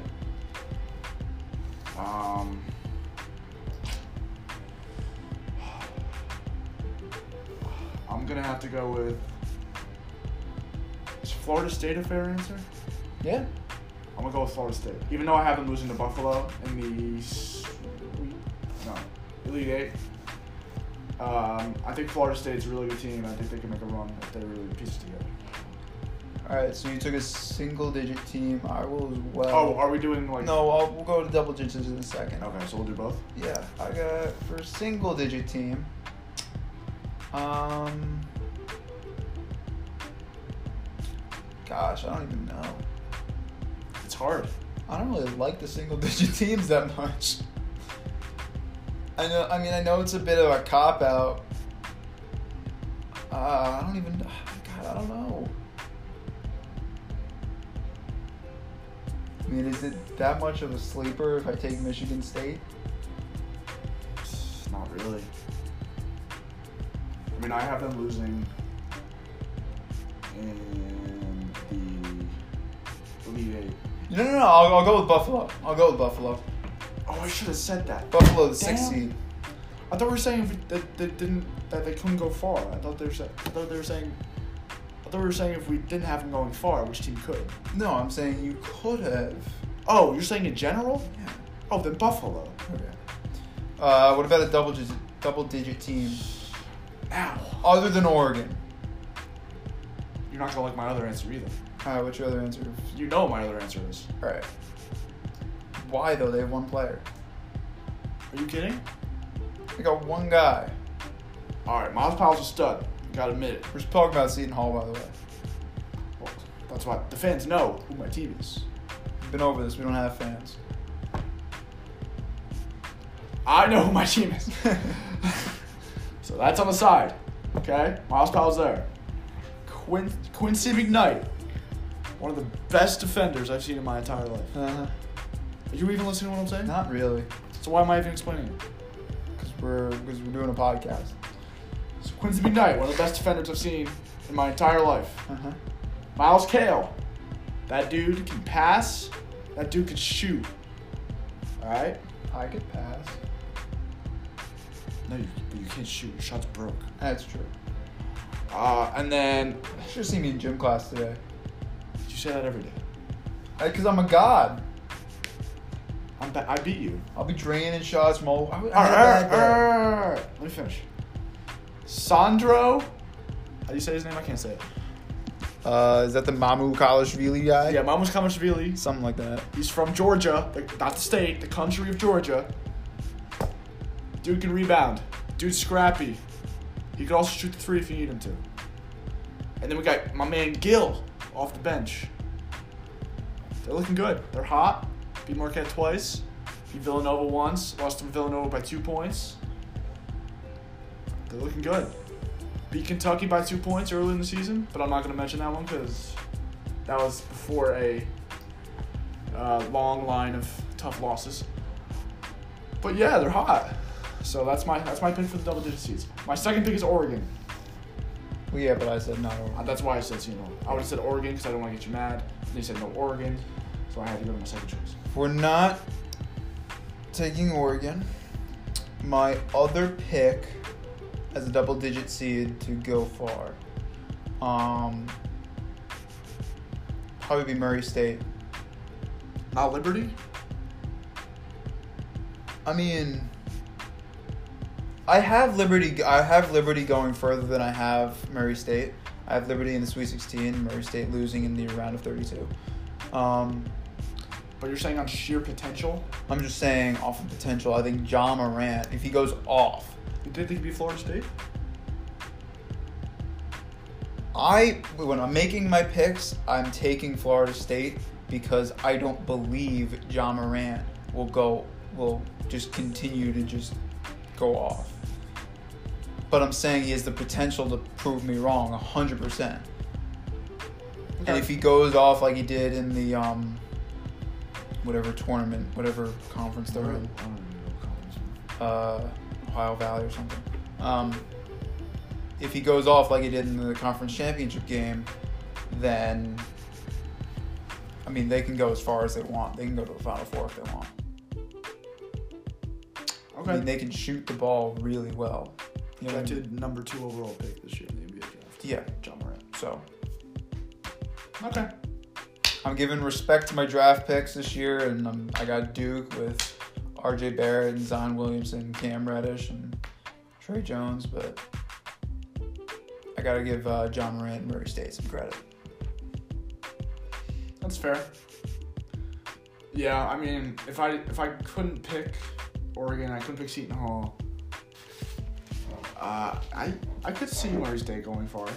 Um. I'm gonna have to go with. Is Florida State a fair answer? yeah. I'm gonna go with Florida State, even though I have them losing to Buffalo in the s- no Elite Eight. Um, I think Florida State's a really good team, and I think they can make a run if they really piece it together. All right. So you took a single digit team. I will as well. Oh, are we doing like? no, I'll, we'll go to double digits in a second. Okay, so we'll do both. Yeah, I got for a single digit team. Um, gosh, I don't even know. It's hard. I don't really like the single (laughs) digit teams that much. I know. I mean, I know it's a bit of a cop out. Uh, I don't even. (sighs) God, I don't know. I mean, is it that much of a sleeper if I take Michigan State? Not really. I mean, I have them losing in the Elite Eight. No, no, no. I'll, I'll go with Buffalo. I'll go with Buffalo. Oh, I should have said that. Buffalo, the six Damn. seed. I thought we were saying that they didn't that they couldn't go far. I thought they were saying I thought they were saying I thought we were saying if we didn't have them going far, which team could? No, I'm saying you could have. Oh, you're saying in general? Yeah. Oh, then Buffalo. Okay. Uh, what about a double digit, double digit team Ow. other than Oregon? You're not gonna like my other answer either. All right, what's your other answer? You know what my other answer is. All right. Why though? They have one player. Are you kidding? They got one guy. All right, Miles Powell's a stud. Gotta admit it. We're talking about Seton Hall, by the way. Well, that's why the fans know who my team is. We've been over this. We don't have fans. I know who my team is. (laughs) so that's on the side. Okay? Miles Powell's there. Quin- Quincy McKnight. One of the best defenders I've seen in my entire life. Uh, Are you even listening to what I'm saying? not really, So why am I even explaining it? because we're because we're doing a podcast. So Quincy McKnight, one of the best defenders I've seen in my entire life. Uh huh. Miles Kale. That dude can pass. That dude can shoot. Alright? I could pass. No, you, you can't shoot. Your shot's broke. That's true. Uh, and then You should have seen me in gym class today. you say that every day. Because I'm a god. I'm ba- I beat you. I'll be draining shots from all. I, I had a bad Alright, day. alright, Let me finish. Sandro. How do you say his name? I can't say it. Uh, is that the Mamu Kalashvili guy? Yeah, Mamus Kamashvili. Something like that. He's from Georgia, the, not the state, the country of Georgia. Dude can rebound. Dude's scrappy. He could also shoot the three if you need him to. And then we got my man Gil off the bench. They're looking good. They're hot. Beat Marquette twice. Beat Villanova once, lost to Villanova by two points. They're looking good. Beat Kentucky by two points early in the season, but I'm not going to mention that one because that was before a uh, long line of tough losses. But yeah, they're hot. So that's my that's my pick for the double digit seeds. My second pick is Oregon. Well, yeah, but I said not Oregon. Uh, That's why I said Seton Hall. I would have said Oregon because I don't want to get you mad. And they said no Oregon, so I had to go to my second choice. We're not taking Oregon. My other pick as a double digit seed to go far. Um probably be Murray State. Not Liberty. I mean I have Liberty I have Liberty going further than I have Murray State. I have Liberty in the Sweet 16, Murray State losing in the round of 32. Um, But you're saying on sheer potential, I'm just saying off of potential. I think John Morant, if he goes off, you think they could be Florida State? I when I'm making my picks, I'm taking Florida State because I don't believe John Morant will go will just continue to just go off. But I'm saying he has the potential to prove me wrong 100%. And if he goes off like he did in the um whatever tournament, whatever conference they're in, uh, Ohio Valley or something. Um, if he goes off like he did in the conference championship game, then I mean they can go as far as they want. They can go to the final four if they want. I mean Okay. they can shoot the ball really well. You know what I That mean? did number two overall pick this year in the NBA draft. Yeah. John Morant. So Okay. I'm giving respect to my draft picks this year, and um, I got Duke with R.J. Barrett and Zion Williamson, Cam Reddish, and Trey Jones, but. I gotta give uh, John Morant and Murray State some credit. That's fair. Yeah, I mean, if I if I couldn't pick Oregon, I couldn't pick Seton Hall. Uh, I I could see Murray State going far.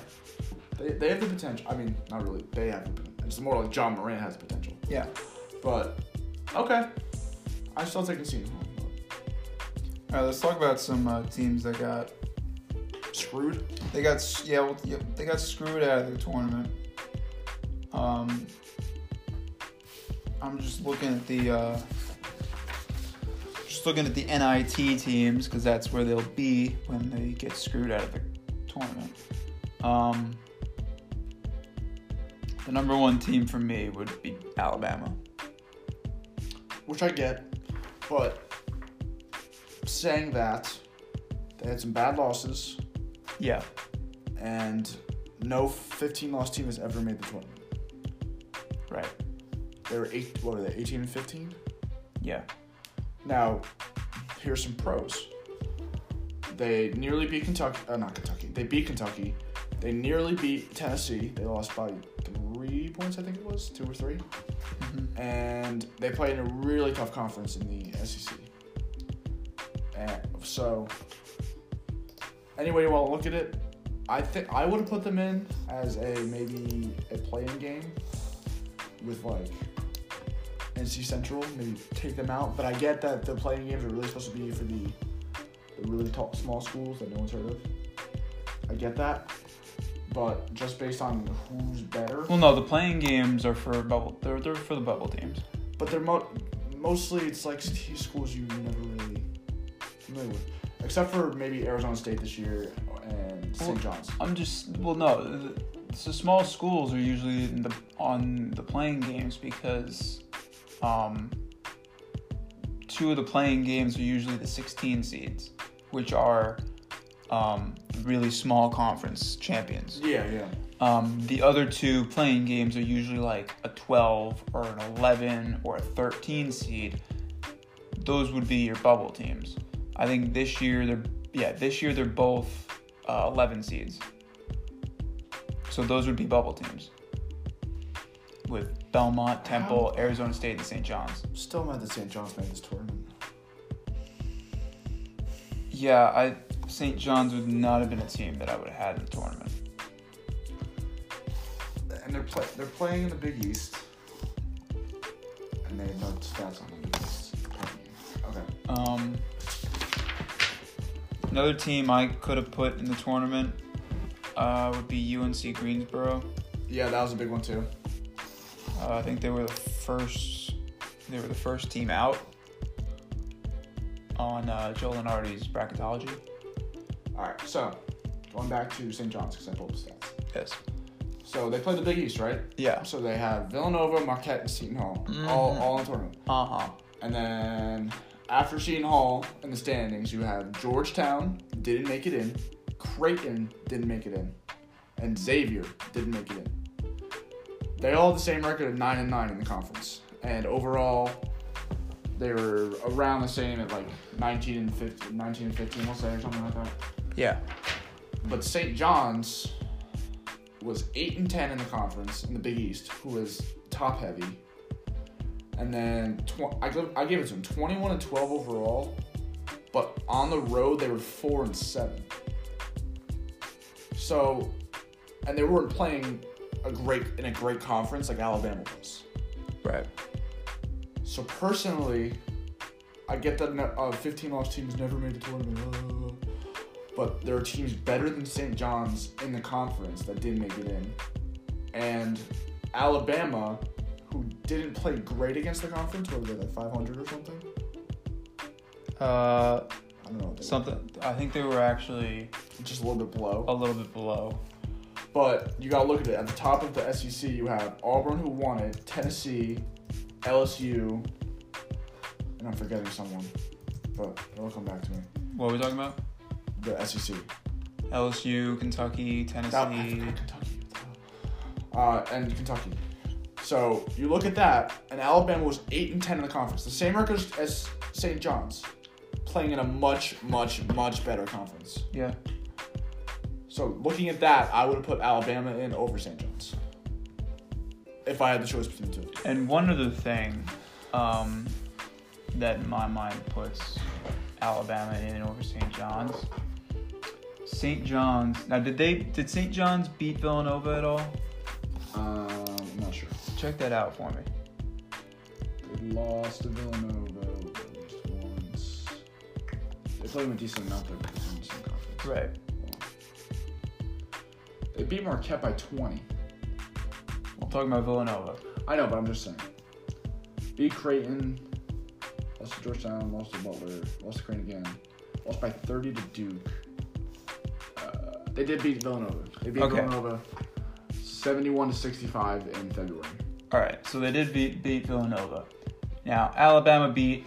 They, they have the potential. I mean, not really. They have the potential. It's more like John Moran has the potential. Yeah. But okay, I still take Seton Hall. All right, let's talk about some uh, teams that got Screwed. they got s- yeah well, yeah, they got screwed out of the tournament. Um, I'm just looking at the uh, just looking at the NIT teams because that's where they'll be when they get screwed out of the tournament. Um, the number one team for me would be Alabama. which I get, but saying that, they had some bad losses, Yeah, and no 15 loss team has ever made the tournament. right. They were eight. What were they? 18 and 15. Yeah, Now, here's some pros. They nearly beat Kentucky. Uh, not Kentucky. They beat Kentucky. They nearly beat Tennessee. They lost by three points, I think it was, two or 3 Mhm. And they played in a really tough conference in the SEC. And so, any way you want to look at it, I think I would have put them in as a maybe a playing game with like NC Central, maybe take them out. But I get that the playing games are really supposed to be for the, the really tall, small schools that no one's heard of. I get that, but just based on who's better, Well, no, the playing games are for bubble. They're, they're for the bubble teams. but they're mo- mostly it's like st- schools you never really familiar with, except for maybe Arizona State this year and St. John's. I'm just well, no. th- So small schools are usually in the, on the playing games because um, two of the playing games are usually the 16 seeds, which are um, really small conference champions. Yeah, yeah. Um, the other two playing games are usually like a 12 or an 11 or a 13 seed. Those would be your bubble teams. I think this year they're yeah this year they're both uh, 11 seeds. So those would be bubble teams. With Belmont, Temple, Arizona State, and St. John's. Still mad that St. John's made this tournament. Yeah, I St. John's would not have been a team that I would have had in the tournament. and they're play- they're playing in the Big East, and they have no stats on the Big East. Okay. Um, another team I could have put in the tournament uh, would be UNC Greensboro. Yeah, that was a big one too. Uh, I think they were the first. They were the first team out on uh, Joe Lenardi's bracketology. All right, so going back to St. John's because I pulled the stats. Yes. So they played the Big East, right? Yeah. So they have Villanova, Marquette, and Seton Hall, all, Mhm. all in the tournament. Uh huh. And then after Seton Hall in the standings, you have Georgetown didn't make it in, Creighton didn't make it in, and Xavier didn't make it in. They all have the same record of nine and nine in the conference, and overall, they were around the same at like 19 and 15, 19 and 15, we'll say, or something like that. Yeah. But St. John's was eight and ten in the conference in the Big East, who was top heavy. And then tw- I, gave, I gave it to them twenty one and twelve overall, but on the road they were four and seven. So, and they weren't playing a great in a great conference like Alabama was. Right. So personally, I get that ne- uh, 15 loss teams never made the tournament, blah, blah, blah, blah. but there are teams better than St. John's in the conference that didn't make it in, and Alabama, who didn't play great against the conference, what were they like 500 or something? Uh, I don't know. what they were. something. I think they were actually just a little bit below. a little bit below. But you gotta look at it. At the top of the SEC, you have Auburn, who won it, Tennessee, LSU, and I'm forgetting someone, but it'll come back to me. What were we talking about? The E SEC. LSU, Kentucky, That- Tennessee. Kentucky. Uh, and Kentucky. So you look at that, and Alabama was eight and ten in the conference, the same record as St. John's, playing in a much, much, much better conference. Yeah. So looking at that, I would have put Alabama in over St. John's if I had the choice between the two. And one other thing um, that my mind puts Alabama in over St. John's. St. John's. Now, did they did St. John's beat Villanova at all? Um, I'm not sure. Check that out for me. They lost to Villanova at least once. They played with decent amount, but they were in the same conference. Right. They beat Marquette by 20. I'm talking about Villanova. I know, but I'm just saying. Beat Creighton, lost to Georgetown, lost to Butler, lost to Creighton again, lost by 30 to Duke. Uh, they did beat Villanova. They beat Okay. Villanova 71 to 65 in February. All right. So they did beat, beat Villanova. Now Alabama beat,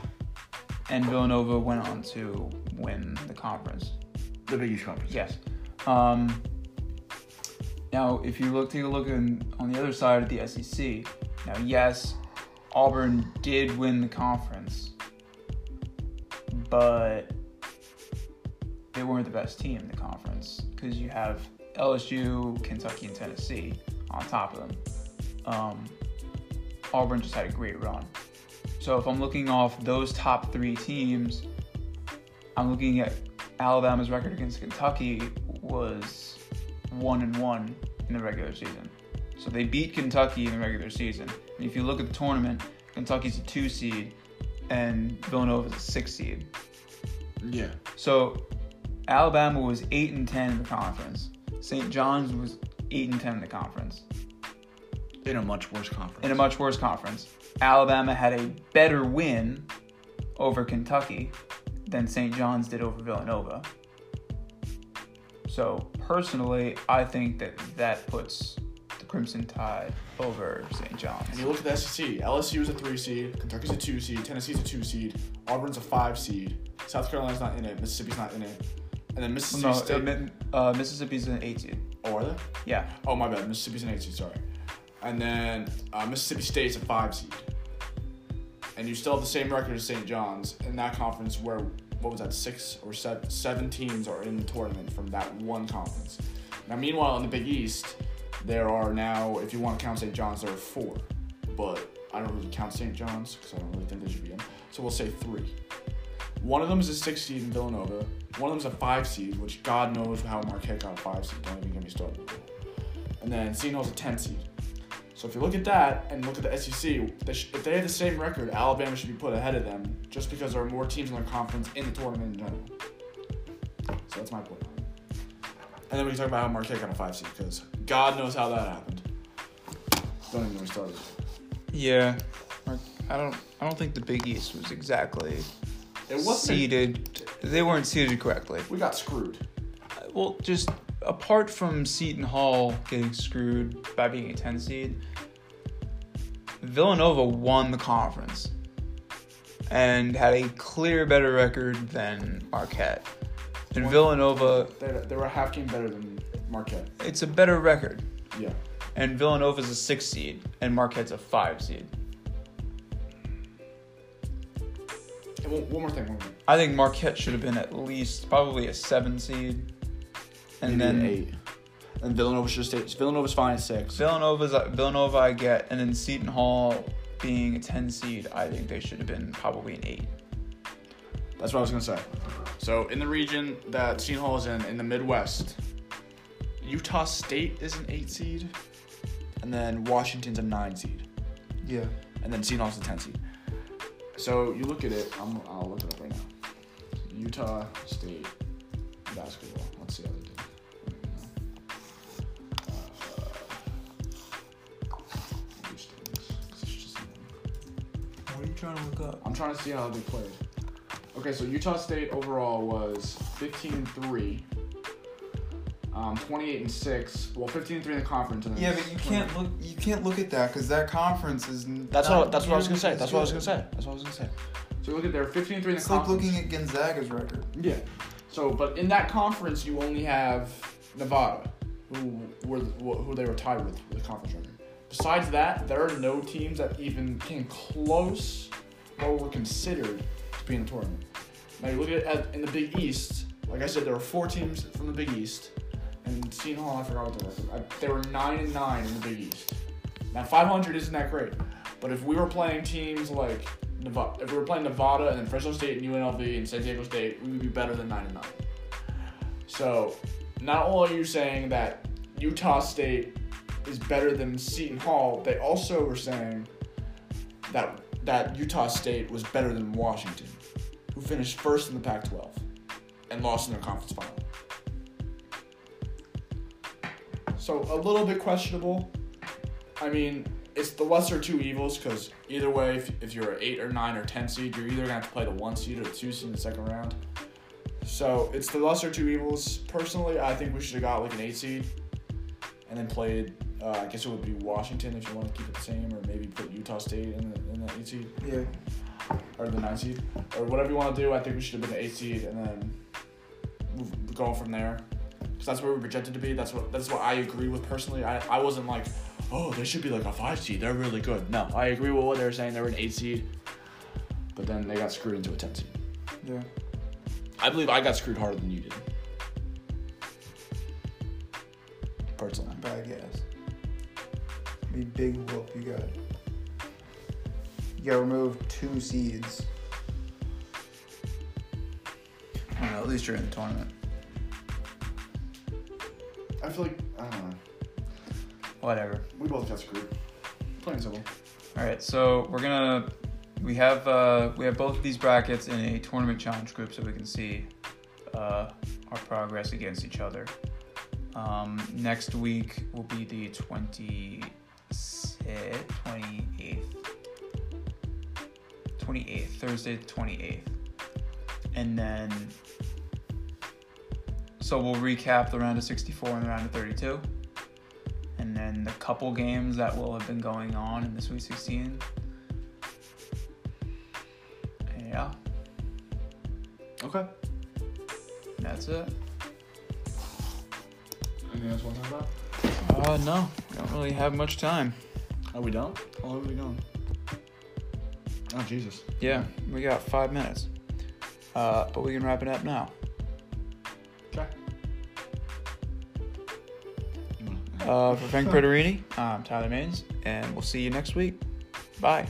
and Villanova went on to win the conference. The Big East Conference. Yes. Um, now, if you look, take a look in, on the other side of the SEC. Now, yes, Auburn did win the conference, but they weren't the best team in the conference because you have LSU, Kentucky, and Tennessee on top of them. Um, Auburn just had a great run. So if I'm looking off those top three teams, I'm looking at Alabama's record against Kentucky was one and one in the regular season. So they beat Kentucky in the regular season. And if you look at the tournament, Kentucky's a two seed and Villanova's a six seed. Yeah. So Alabama was eight and ten in the conference. St. John's was eight and ten in the conference. In a much worse conference. In a much worse conference. Alabama had a better win over Kentucky than St. John's did over Villanova. So personally, I think that that puts the Crimson Tide over St. And John's. you look at the E SEC. LSU is a three seed. Kentucky's a two seed. Tennessee's a two seed. Auburn's a five seed. South Carolina's not in it. Mississippi's not in it. And then Mississippi No, uh, State. Mi- uh, Mississippi's an eight seed. oh, are they? Yeah, Oh, my bad. Mississippi's an eight seed. Sorry. And then uh, Mississippi State's a five seed. And you still have the same record as St. John's in that conference where what was that six or seven, seven teams are in the tournament from that one conference. Now, meanwhile, in the Big East, there are now, if you want to count St. John's, there are four. But I don't really count St. John's because I don't really think they should be in. So we'll say three. One of them is a six seed in Villanova. One of them's a five seed, which God knows how Marquette got a five seed. Don't even get me started. And then Seton Hall's a 10 seed. So if you look at that and look at the SEC, they sh- if they have the same record, Alabama should be put ahead of them just because there are more teams in their conference in the tournament in general. So that's my point. And then we can talk about how Marquette got a five seed because God knows how that happened. Don't even know we started. Yeah, Like, I don't. I don't think the Big East was exactly It wasn't. seeded. They weren't seeded correctly. We got screwed. Well, just apart from Seton Hall getting screwed by being a 10 seed, Villanova won the conference and had a clear better record than Marquette. And Villanova, They, they were a half game better than Marquette. it's a better record. Yeah. And Villanova's a 6 seed and Marquette's a 5 seed. And one, one more thing. One more thing. I think Marquette should have been at least probably a 7 seed. And Maybe an then eight. And Villanova should stay. Villanova's fine at six. Villanova's Villanova I get, and then Seton Hall being a ten seed, I think they should have been probably an eight. That's what I was gonna say. So in the region that Seton Hall is in, in the Midwest, Utah State is an eight seed, and then Washington's a nine seed, Yeah. and then Seton Hall's a ten seed. So you look at it. I'm, I'll look it up right now. Utah State basketball. Let's see how they did. Uh, standings, 'cause it's just in the- What are you trying to look up? I'm trying to see how they played. Okay, so Utah State overall was 15 and 3. Um, 28 and 6. Well, 15 and 3 in the conference. And then Yeah, but you can't look. You can't look at that because that conference is. n- That's not what. That's what I was gonna nearly say. as That's what I was good. gonna say. That's what I was gonna say. So you look at their 15 and 3 in the It's like conference. looking at Gonzaga's record. Yeah. So, but in that conference, you only have Nevada, who were who they were tied with for the conference record. Besides that, there are no teams that even came close or were considered to be in the tournament. Now you look at, at in the Big East. Like I said, there were four teams from the Big East, and Seton Hall. I forgot what they were. I, they were nine and nine in the Big East. Now 500 isn't that great, but if we were playing teams like Nevada, if we were playing Nevada and then Fresno State and UNLV and San Diego State, we would be better than nine and nine. So, not only are you saying that Utah State is better than Seton Hall, they also were saying that that Utah State was better than Washington, who finished first in the Pac-12 and lost in their conference final. So a little bit questionable. I mean, it's the lesser two evils because either way, if, if you're an eight or nine or ten seed, you're either gonna have to play the one seed or the two seed in the second round. So it's the lesser two evils. Personally, I think we should have got like an eight seed, and then played. Uh, I guess it would be Washington if you want to keep it the same, or maybe put Utah State in the in the eight seed Yeah. or the nine seed, or whatever you want to do. I think we should have been the eight seed and then move, go from there, because that's where we projected to be. That's what that's what I agree with personally. I, I wasn't like, oh, they should be like a five seed. They're really good. No, I agree with what they were saying. They were an eight seed, but then they got screwed into a ten seed. Yeah. I believe I got screwed harder than you did. Personally, Bad guess. Be big whoop you got. You gotta remove two seeds. I don't know. At least you're in the tournament. I feel like I don't know. Whatever. We both got screwed. Plain and simple. All right, so we're gonna we have uh, we have both of these brackets in a tournament challenge group, so we can see uh, our progress against each other. Um, next week will be the 20, 28th, 28th, Thursday, the 28th, and then so we'll recap the round of 64 and the round of 32 and then the couple games that will have been going on in the Sweet 16. Yeah, Okay. that's it. Anything else you want to talk about? Uh, no, don't really have much time. Are we done? How long are we going? Oh Jesus. Yeah, we got five minutes, uh, but we can wrap it up now. Okay. Mm, Uh, for Frank Bertarini, I'm Tyler Maines, and we'll see you next week. Bye.